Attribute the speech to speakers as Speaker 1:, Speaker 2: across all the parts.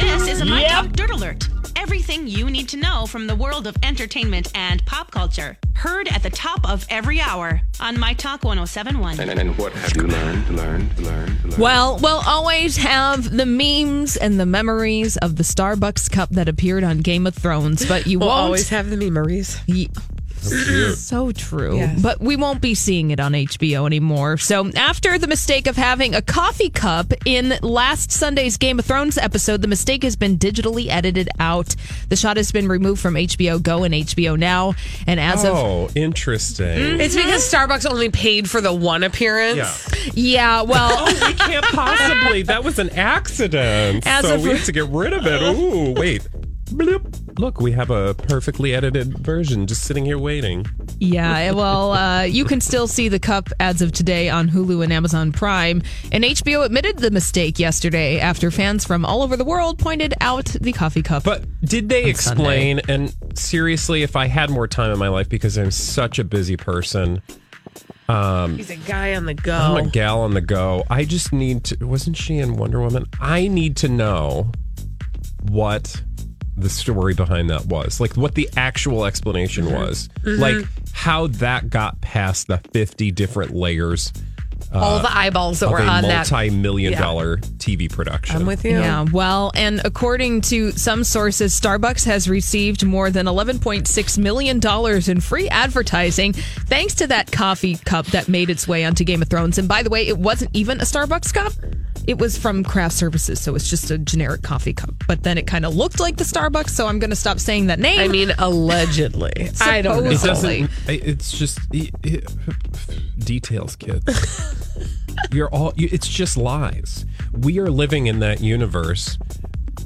Speaker 1: Mike Dirt Alert. Everything you need to know from the world of entertainment and pop culture. Heard at the top of every hour on My Talk 1071.
Speaker 2: And, and, and what have you learned, learned, learned, learned?
Speaker 3: Well, we'll always have the memes and the memories of the Starbucks cup that appeared on Game of Thrones, but you
Speaker 4: We'll
Speaker 3: won't.
Speaker 4: always have the memories.
Speaker 3: Ye- So true.
Speaker 4: Yes.
Speaker 3: But we won't be seeing it on HBO anymore. So, after the mistake of having a coffee cup in last Sunday's Game of Thrones episode, the mistake has been digitally edited out. The shot has been removed from HBO Go and HBO Now. And as of. Mm-hmm.
Speaker 5: Oh, interesting.
Speaker 4: It's because Starbucks only paid for the one appearance.
Speaker 5: Yeah.
Speaker 3: Yeah,
Speaker 4: Oh,
Speaker 3: well.
Speaker 5: We can't possibly. That was an accident.
Speaker 3: As
Speaker 5: so
Speaker 3: of-
Speaker 5: we have to get rid of it. Ooh, wait. Bloop. Look, we have a perfectly edited version just sitting here waiting.
Speaker 3: Yeah, well, uh, you can still see the cup ads of today on Hulu and Amazon Prime. And HBO admitted the mistake yesterday after fans from all over the world pointed out the coffee cup.
Speaker 5: But did they
Speaker 3: Sunday.
Speaker 5: explain? And seriously, if I had more time in my life, because I'm such a busy person,
Speaker 4: He's a guy on the go.
Speaker 5: I'm a gal on the go. I just need to. Wasn't she in Wonder Woman? I need to know what the story behind that was, like what the actual explanation
Speaker 4: Mm-hmm.
Speaker 5: was, like how that got past the 50 different layers
Speaker 4: All the eyeballs that
Speaker 5: of
Speaker 4: were
Speaker 5: a
Speaker 4: on that.
Speaker 5: multi-million
Speaker 4: Yeah.
Speaker 5: dollar TV production.
Speaker 4: I'm with you.
Speaker 3: Yeah, well, and according to some sources, Starbucks has received more than $11.6 million in free advertising thanks to that coffee cup that made its way onto Game of Thrones. And by the way, it wasn't even a Starbucks cup. It was from Craft Services, so it's just a generic coffee cup. But then it kind of looked like the Starbucks, so I'm going to stop saying that name.
Speaker 4: I mean, allegedly. I don't know.
Speaker 5: It
Speaker 3: Supposedly.
Speaker 5: doesn't. I- It's just i i details, kids. You're all. You, it's just lies. We are living in that universe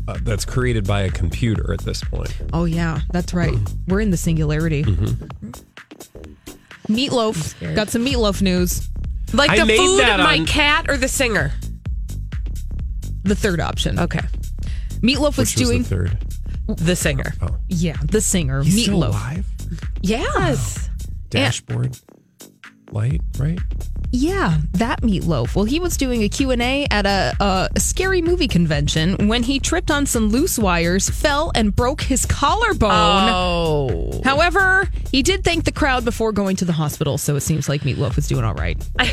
Speaker 5: uh, that's created by a computer at this point.
Speaker 3: oh, yeah, that's right. We're in the singularity. Meatloaf. Got some meatloaf news.
Speaker 4: Like
Speaker 5: Mm-hmm. I
Speaker 4: the
Speaker 5: made
Speaker 4: food,
Speaker 5: that
Speaker 4: my
Speaker 5: on-
Speaker 4: cat, or the singer.
Speaker 3: The third option.
Speaker 4: Okay,
Speaker 3: Meatloaf was
Speaker 5: Which was
Speaker 3: doing.
Speaker 5: the third.
Speaker 4: the singer.
Speaker 3: Yeah, the singer,
Speaker 5: He's still
Speaker 3: Meatloaf.
Speaker 5: alive.
Speaker 3: Yes.
Speaker 5: Dashboard light, right?
Speaker 3: Yeah, that Meatloaf. Well, he was doing a Q&A at a, a scary movie convention when he tripped on some loose wires, fell and broke his collarbone.
Speaker 4: Oh,
Speaker 3: However, he did thank the crowd before going to the hospital, so it seems like Meatloaf was doing all right.
Speaker 4: I,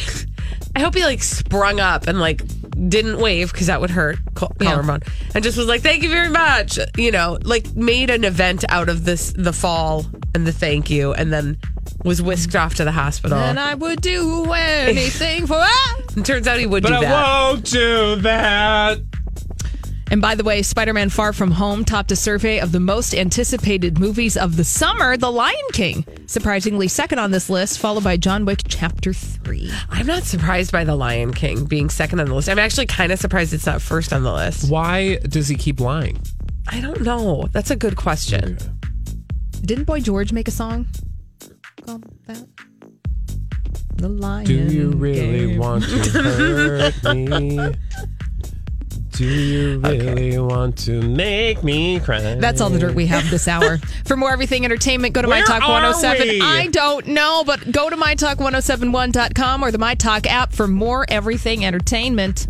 Speaker 4: I hope he like sprung up and like didn't wave because that would hurt col-
Speaker 3: Yeah.
Speaker 4: collarbone, and just was like, "Thank you very much." You know, like made an event out of this, the fall and the thank you, and then was whisked off to the hospital.
Speaker 3: And I would do anything for
Speaker 4: And turns out he would do that.
Speaker 5: won't do that.
Speaker 3: And by the way, Spider Man Far From Home topped a survey of the most anticipated movies of the summer, The Lion King. Surprisingly, second on this list, followed by John Wick Chapter 3.
Speaker 4: I'm not surprised by The Lion King being second on the list. I'm actually kind of surprised it's not first on the list.
Speaker 5: Why does he keep lying?
Speaker 4: I don't know. That's a good question.
Speaker 3: Didn't Boy George make a song called that? The Lion.
Speaker 5: Do you really
Speaker 3: King.
Speaker 5: want to hurt me? Do you really want to make me cry?
Speaker 3: That's all the dirt we have this hour. For more everything entertainment, go to
Speaker 5: Where
Speaker 3: MyTalk
Speaker 5: are
Speaker 3: 107.
Speaker 5: we?
Speaker 3: I don't know, oh but go to MyTalk1071.com or the MyTalk app for more everything entertainment.